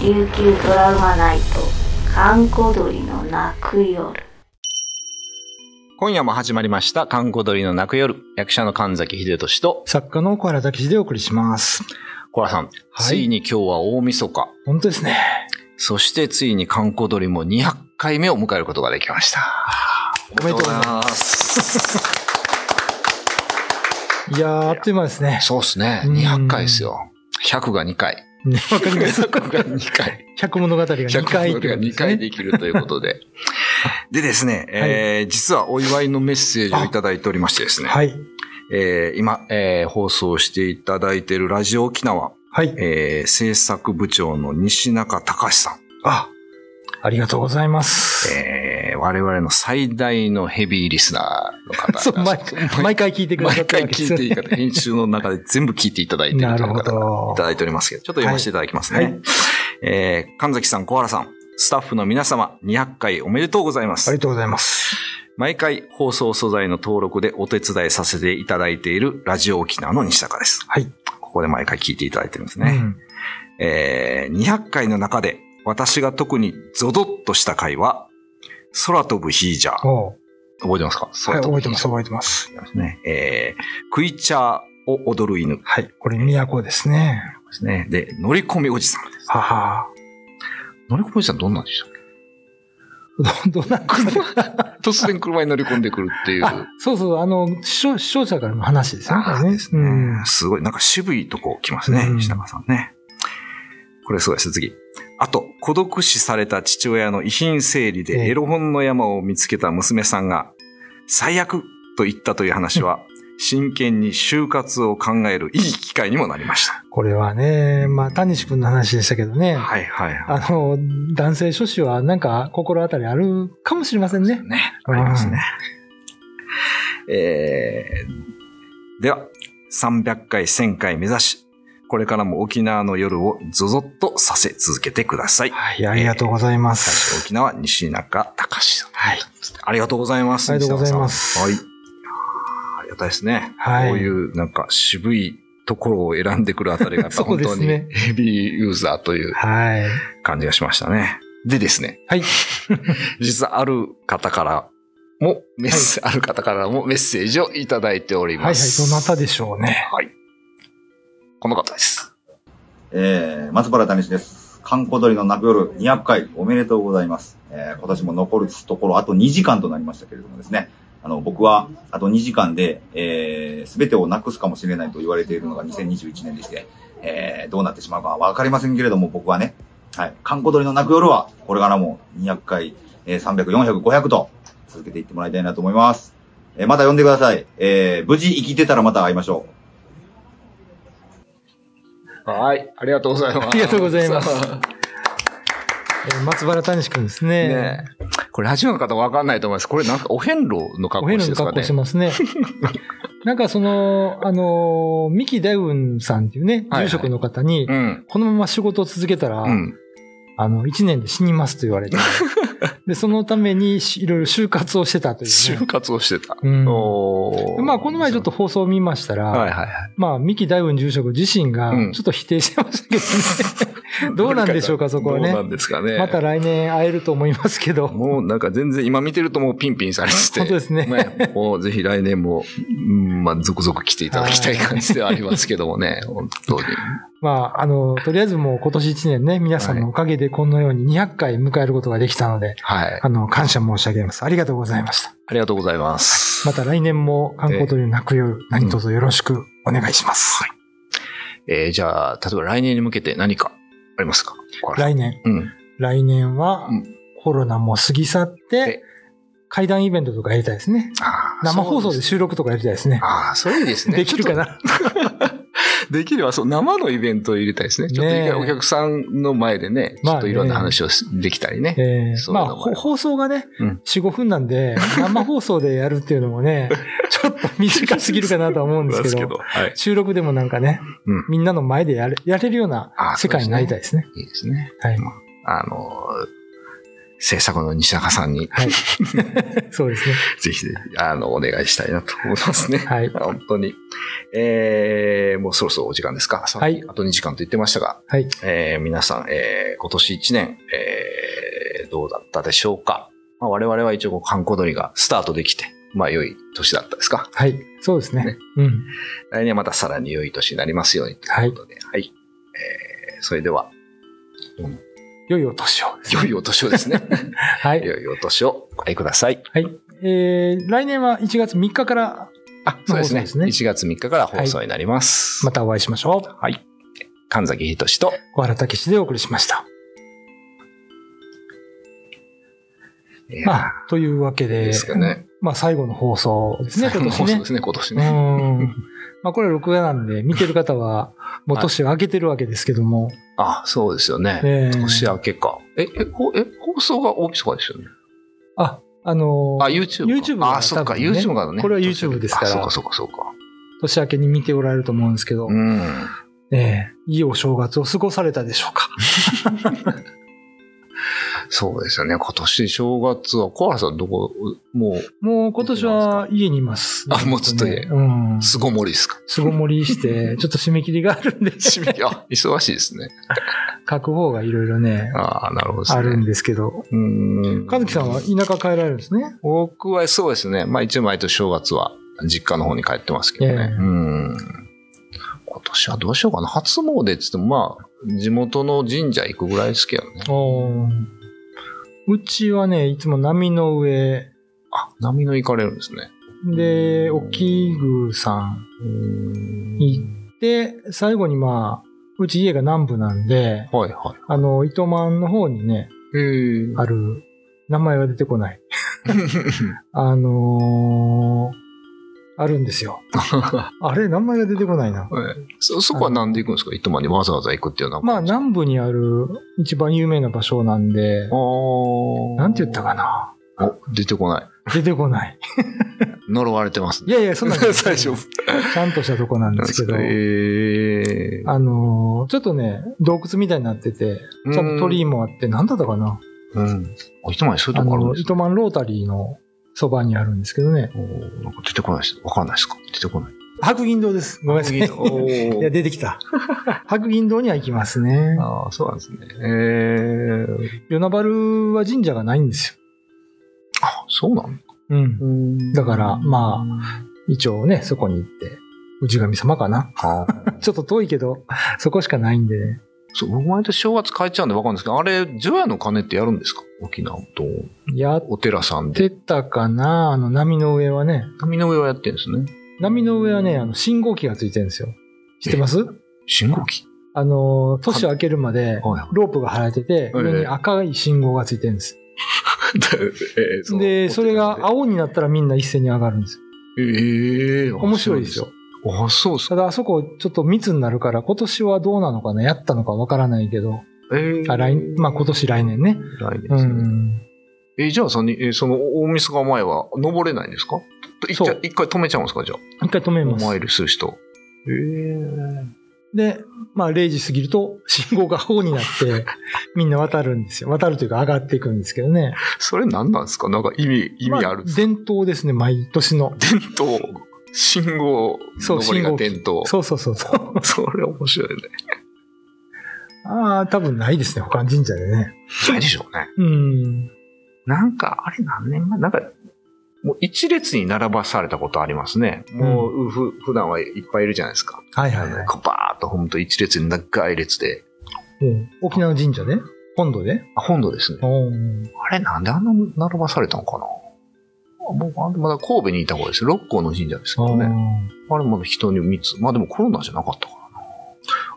琉球ドラマナイト閑古鳥の泣く夜今夜も始まりました、観光鳥の泣く夜。役者の神崎秀俊と、作家の小原崎史でお送りします。コラさん、ついに今日は大晦日。本当ですね。そしてついに観光鳥も200回目を迎えることができました。おめでとうございます。ます。いやー、あっという間ですね。そうですね。うん200回ですよ。100が2回。わかります。 100が2回。 百物語が2 100回ってがことで2すね回できるということで。でですね、えー実はお祝いのメッセージをいただいておりましてですね。はい。えー今、えー放送していただいているラジオ沖縄、はい。えー制作部長の西中隆さん。あ、ありがとうございます。えー我々の最大のヘビーリスナーの方が。 そう、毎毎回聞いてくださ毎ってる回わけで聞すいよていいね。から、編集の中で全部聞いていただいているなといるう方ほがどいた。だいておりますけど、ちょっと読ませていただきますね。はいはいえー神崎さん、小原さん、スタッフの皆様、200回おめでとうございまありすが。とうございます。毎回放送素材の登録でお手伝いさせていただいているラジオ沖縄の西坂です。はい。ここで毎回聞いていただいてるんですうね。んえー200回の中で私が特にゾドッとした回は、空飛ぶヒージャー。おう覚えてますかはい、空飛覚ぶえヒてーまジャす、ー覚えてます。ね。えークイチャーを踊る犬ではい。これ、都ですね。すね。で、乗り込みおじさんです。はは乗り込みおじさんどんなんでしたっけど、どんなこと突然車に乗り込んでくるっていう。あ、そうそう、あの、視聴視聴者からの話ですよね。これねですねうんすごい、なんか渋いとこ来ますね、うん西中さんね。これそうです、次。あと、孤独死された父親の遺品整理えでえエロ本の山を見つけた娘さんが、最悪と言ったという話は、真剣に就活を考えるいい機会にもなりました。これはね、まあ、谷西君の話でしたけどね。はいはいはあの、男性諸子はなんか心当たりあるかもしれませんねい。。ね、ありますね。えー、では、300回、1000回目指し、これからも沖縄の夜をゾゾッとさせ続けてください。はい、ありがとうございま最初す。沖縄西中隆さん。はい。ありがとうございます。ありがとうございます西中さんはい。ありがたいですね。はいこういうなんか渋いところを選んでくるあたりがやっぱ そう本で当すにねヘビーユーザーというはい。感じがしましたね。でですね。はい。 実はある方からもメッセ、ある方からもメッセージをいただいておりはいはまい、す。どなたでしょうね。はい。この方です。えー、松原谷志です。観光鳥の泣く夜200回おめでとうございます。えー、今年も残るところあと2時間となりましたけれどもですね。あの、僕はあと2時間で、えー、全てをなくすかもしれないと言われているのが2021年でして、えー、どうなってしまうかはわかりませんけれども、僕はね、はい、観光鳥の泣く夜は、これからも200回、えー、300、400、500と続けていってもらいたいなと思います。えー、また呼んでください。えー、無事生きてたらまた会いましょう。はい。ありがとうございます。ありがとうございますえー松原谷志君ですね。ねえ。これ、ラジオの方わかんないと思います。これ、なんか、お遍路の格お好遍して路るんでのすか格好ねして。ます ね。なんかその、あの、三木大雲さんっていうね、はいはい住職の方に、うん。このまま仕事を続けたら、うん。あの、1年で死にますと言 われて、で、そのためにしいろいろ就活をしてたという、ね。就活をしてた。うんおーまあ、この前ちょっと。放送を見ましたら、はいはいはい。まあ、三木大雲住職自身がうん、ちょっと否定してましたけ どね。どうなんでしょうかそこはねどうなんですかね。また来年会えると思いますけど。もうなんか全然今見てるともうピンピンされてて。本当ですねねもうぜひ来年も、うんまあ、続々来ていただきたい感じではありますけどもね。本当に。まあ、あの、とりあえずもう今年1年ね、皆さんのおかげでこのように200回迎えることができたので、はい。あの、感謝申し上げます。ありがとうございました。ありがとうございます。また来年も観光という泣く夜、何卒よろしくお願いします。えーじゃあ、例えば来年に向けて何かありますか来年、うん。来年はうんコロナも過ぎ去っえて、会談イベントとかやりたいですね。あー生放送で収録とかやりたいですね。ああ、それいいですね。できるかな できればそう生のイベントを入れたいですね。ちょっと一回ねえお客さんの前でね、ちまあょねっといろんな話をしできたりね。えそーういうまのあ、もあるほ放送がね、うん4、5分な んで、生放送でやるっていうのもね、ちょっと短すぎるかなとは思うんですけど、はい。収録でもなんかね、うんみんなの前でやれやれるようなあー世界になりたいですね。いいですね。はい。あのー、制作の西中さんに、 はい。そうですね。ぜひぜひ、あの、お願いしたいなと思いますね。 はい。本当に。えー、もうそろそろお時間ですかはいあと2時間と言ってましたが、はい。えー皆さん、えー今年1年、えーどうだったでしょうか、まあ、我々は一応こう、観光鳥がスタートできて、まあ、良い年だったですかはい。そうですねね。うん。来年はまたさらに良い年になりますようにということで、はい。えーそれでは、良いお年を。良いお年を ですね。はい。良いお年をお会いください。はい。えー、来年は1月3日からあ、そうですね。そうです1ね月3日から放送になります。またお会いしましょう。はい。神崎仁と、小原武史でお送りしました。えーまあ、というわけで、ですかね。まあ最後の放送で すね、最後の今年放送ねで。すね、今年うね。ん。まあこれ録画なんで、見てる 方は、もう年を明けてるわけですけども。あ、そうですよね。えー年明けか。え、え、ほえ放送が大晦日ですよね。あ、あのーあ、YouTube か。 YouTube があ、そっか、多分ね YouTube からね。これは YouTube ですからあそうか、そうか、そうか。年明けに見ておられると思うんですけど、うん。えーいいお正月を過ごされたでしょうか。そうですよね。今年正月は、小原さんどこ、もう、もう今年は家にいます。あもうずっと家うん。巣ごもりです か。巣ごも りして、ちょっと締め切りがあるんで、締め切りあ、忙しいですね。書く方がいろいろね、ああ、なるほどですね。あるんですけど。うん。かずきさんは田舎帰られるんですね。僕はそうですね。まあ一応毎年正月は実家の方に帰ってますけどね。ええうん。今年はどうしようかな。初詣って言ってもまあ、地元の神社行くぐらいですけどね。うちはね、いつも波の上あ、波の行かれるんですね。で、沖宮さんうん行って、最後にまあ、うち家が南部なんで、はいはあの、糸満の方にね、い。へえ。ある、名前は出て こない。あのーあるんで すよ。あれ名前が出てこないな。そ、そこはなんで行くんですか糸満にわざわざ行くっていうのは。まあ、南部にある一番有名な場所なんであ、ーなんて言ったかな。お、出てこない。出てこない。呪われてますいね。やいや、そんなん 最初。ちゃんとしたとこなんですけどへ。え。あのーちょっとね、洞窟みたいになってて、ちゃんと鳥居もあって、なんだったかなうん。お糸満にそういうあとこあるんの、です糸満ロータリーのそばにあるんですけどね。おーなんか出てこないです。わかんないですか出てこない。白銀堂です。ごめんなさい。い おーや、出てきた。 白銀堂には行きますね。ああ、そうなんですね。ええ与那原は神社がないんですよ。あ、そうなのうん。だからまあ。一応ね、そこに行って、氏神様かな。あーちょっと遠いけど、そこしかないんでね。そう、僕毎年正月帰っちゃうんでわかるんですけど、あれ、除夜の鐘ってやるんですか沖縄と、やっお寺さんで。てたかなあの、波の上はね。波の上はやってるんですね。波の上はね、あの、信号機がついてるんですよ。知ってます信号機あの、年を明けるまで、はいはロープが張られてて、ええ上に赤い信号がついてるんです。 えーうで、それが青になったらみんな一斉に上がるんですよ。ええ面白いですよ。。あ、そうですたか。だ、あそこちょっと密になるから、今年はどうなのかなやったのかわからないけど、えーあ来まあ今年来年ね。来年うですね。ん。えーじゃあさ、にえーその、お大晦日前は登れないんですか一そ回う一回止めちゃうんですかじゃあ。一回止めおま参す。りする人。ええで、まあ0時過ぎると信号が青にな って、みんな渡るんですよ。渡るというか上がっていくんですけどね。それ何なんですかなんか意味、意味あるんまですか、伝統ですね、毎年の。伝統。信号、そう上りが信号機伝統。そうそうそうそう。それ面白いね。ああ、多分ないですね、他の神社でね。ないでしょうね。うん。なんか、あれ何年前なんか、もう一列に並ばされたことありますね。もう、ふ、普段はいっぱいいるじゃないですか。はいあはいはのい。こうバーっとほんと一列に長い列で。うん沖縄の神社で本土であ、本土ですね。あれなんであんな並ばされたのかなあ僕、あんまだ神戸にいた方です。六甲の神社ですけどね。あれまだ人に密。まあでもコロナじゃなかったから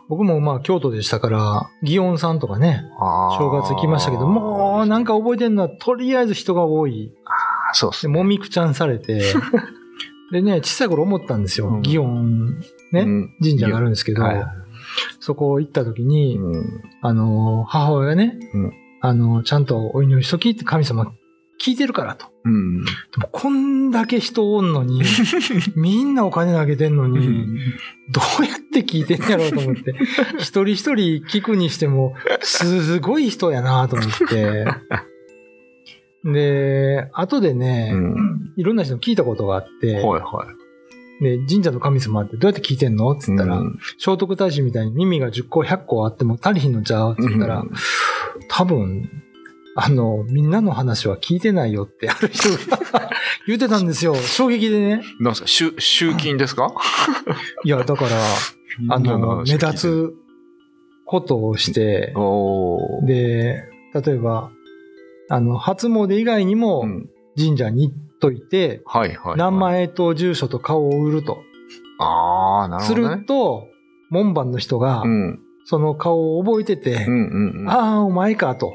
僕もまあ京都でしたから、祇園さんとかね、な。あー正月行きましたけど、もうなんか覚えてるのはとりあえず人が多い。あそうっすで、ね。もみくちゃんさ れて、でね、小さい頃思ったんですよ。うん祇園ねうん神社があるんですけど、はいはいそこ行った時に、うんあの、母親がね、うんあの、ちゃんとお祈りしときって神様聞いてるからと。うん。でもこんだけ人おん のに、みんなお金投げてんのうに、ん。どうやって聞いてんやろうと 思って、一人一人聞くにしても、すごい人やなと思って、で、後でね、うん。はいん。いろんな人に聞いたことがあって、はい。で、神社の神様ってどうやって聞いてんのって言ったら、うん聖徳太子みたいに耳が10個100個あっても足りひんのちゃうって言ったら、うん多分、あの、みんなの話は聞いてないよってある人が 言ってたんですよ。衝撃でね。なんですか集集金ですかいや、だから、あの、目立。つことをして、おー。で、例えば、あの、初詣以外にもうん神社に行っといて、はいはいはい。名前と住所と顔を売ると。ああ、なるすほどるね。と、門番の人がう、ん。うんその顔を覚えてて、うんうん。ああ、お前かと。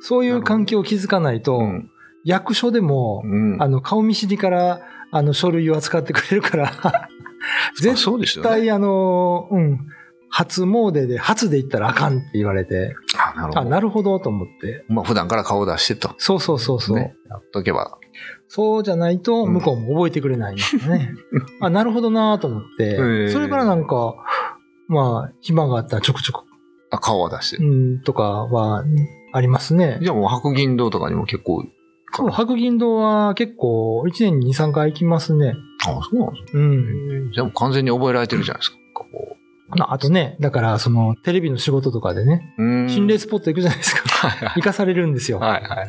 そういう環境を築かないと、うん、役所でも、うん。あの、顔見知りから、あの、書類を扱ってくれ るから、あ絶そうですよね。対、あの、うん、初詣で、初で行ったらあかんって言われて、あなるあ、ほど。なるほどと思って。まあ、普段から顔を出してと。そうそうそうそう。ね。やっとけば。そうじゃないと、うん向こうも覚えてくれないんです よね。あ、なるほどなと思って、ーそれからなんか、まあ、暇があったらちょくちょく、あ、顔は出してう。ん、とかは、ありますね。じゃあもう白銀堂とかにも結構かそう、白銀堂は結構、1年に2、3回行きますね。あ、そうなんですねうん。じゃあもう完全に覚えられてるじゃないですか。こああとね、だから、その、テレビの仕事とかでね、ううん心霊スポット行くじゃないですか。はいはい行かされるんですよ。はいはい。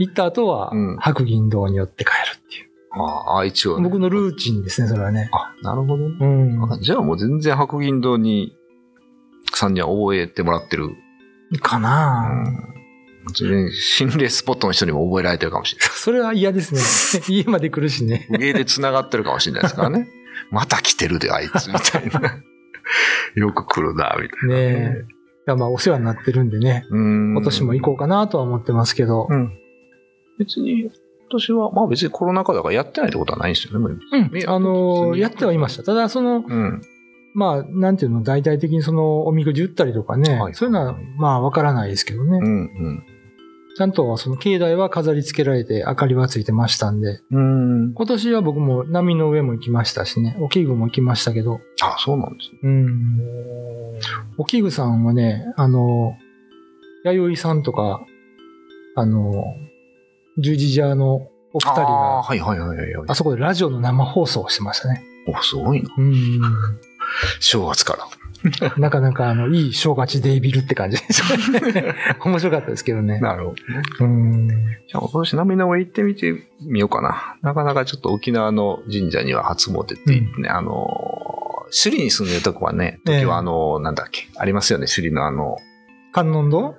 行った後はうん、白銀堂に寄って帰るっていう。ああ、一応ね。僕のルーチンですね、それはね。あ、なるほどね。うん。あじゃあもう全然白銀堂に、さんには覚えてもらってる。かなぁうん全然心霊スポットの人にも覚えられてるかもしれない。それは 嫌ですね。家まで来るしね。芸で繋がってるかもしれないですから ね。また来てるで、あいつ、みたいな。よく来るな、みたいな。ねえ。だからまあ、お世話になってるんでね。今今年も行こうかなとは思ってますけど。うん。別に、今年は、まあ別にコロナ禍だからやってないってことはないんですよね。もううんねあのー別にやってはいました。ただ、その、うん。まあ、なんていうの、大々的にその、おみくじ打ったりとかね、はいそういうのは、まあ、わからないですけどね。うん、ちゃんと、その、境内は飾り付けられて、明かりはついてましたんで、うん。うん。今年は僕も波の上も行きましたしね、おきぐも行きましたけど、あ、そうなんですね。うん。おきぐさんはね、あの、弥生さんとか、あの、十字架のお二人あーが、はいはいはいはいはい。あそこでラジオの生放送をしてましたね。お、すごいな。うん。正月から。なかなか、あの、いい正月デイビルって感じで したね。面白かったですけどね。なるほど。うん。じゃあ今年波の上行ってみてみようかな。なかなかちょっと沖縄の神社には初詣って言ってね、あのー、首里に住んでるとこはね、ええ時はあのー、なんだっけ、ありますよね、首里のあの、観音堂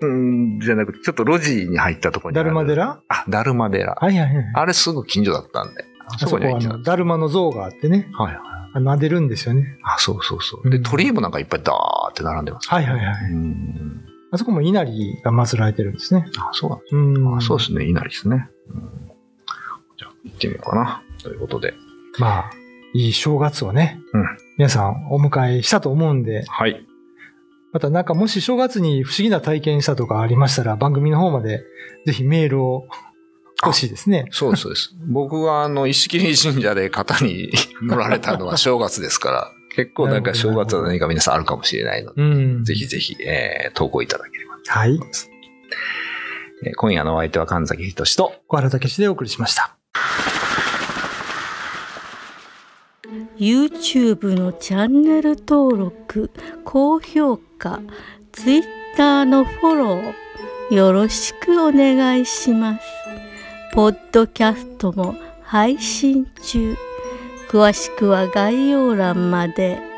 うん、じゃなくて、ちょっと路地に入ったところにあだる。るま寺あ、だるま寺。はいはいはい。あれすぐ近所だったんで。ああそそここにはは、行あってたんの、です。だるまの像があってね、はいはい。あ撫でるんですよね。あ、そうそうそう。で、うん鳥居もなんかいっぱいダーって並んでます。はいはいはい。うん。あそこも稲荷が祀られてるんですね。あ、そうなんでうん。あそうですね。いなりですね。うんじゃあ、行ってみようかな。ということで。まあ、いい正月をね、うん皆さんお迎えしたと思うんで、はい。またなんかもし正月に不思議な体験したとかありましたら、番組の方までぜひメールを欲しいですね。そうです、そうです。僕は、あの、石切神社で型に 乗られたのは正月ですから、結構なんか正月は何か皆さんあるかもしれないので、うん。ぜひ。ぜひ、えー投稿いただければ。はい。えー今夜のお相手は神崎仁と、小原武史でお送りしました。 YouTube のチャンネル登録高評価 Twitter のフォローよろしくお願いしますポッドキャストも配信中詳しくは概要欄まで。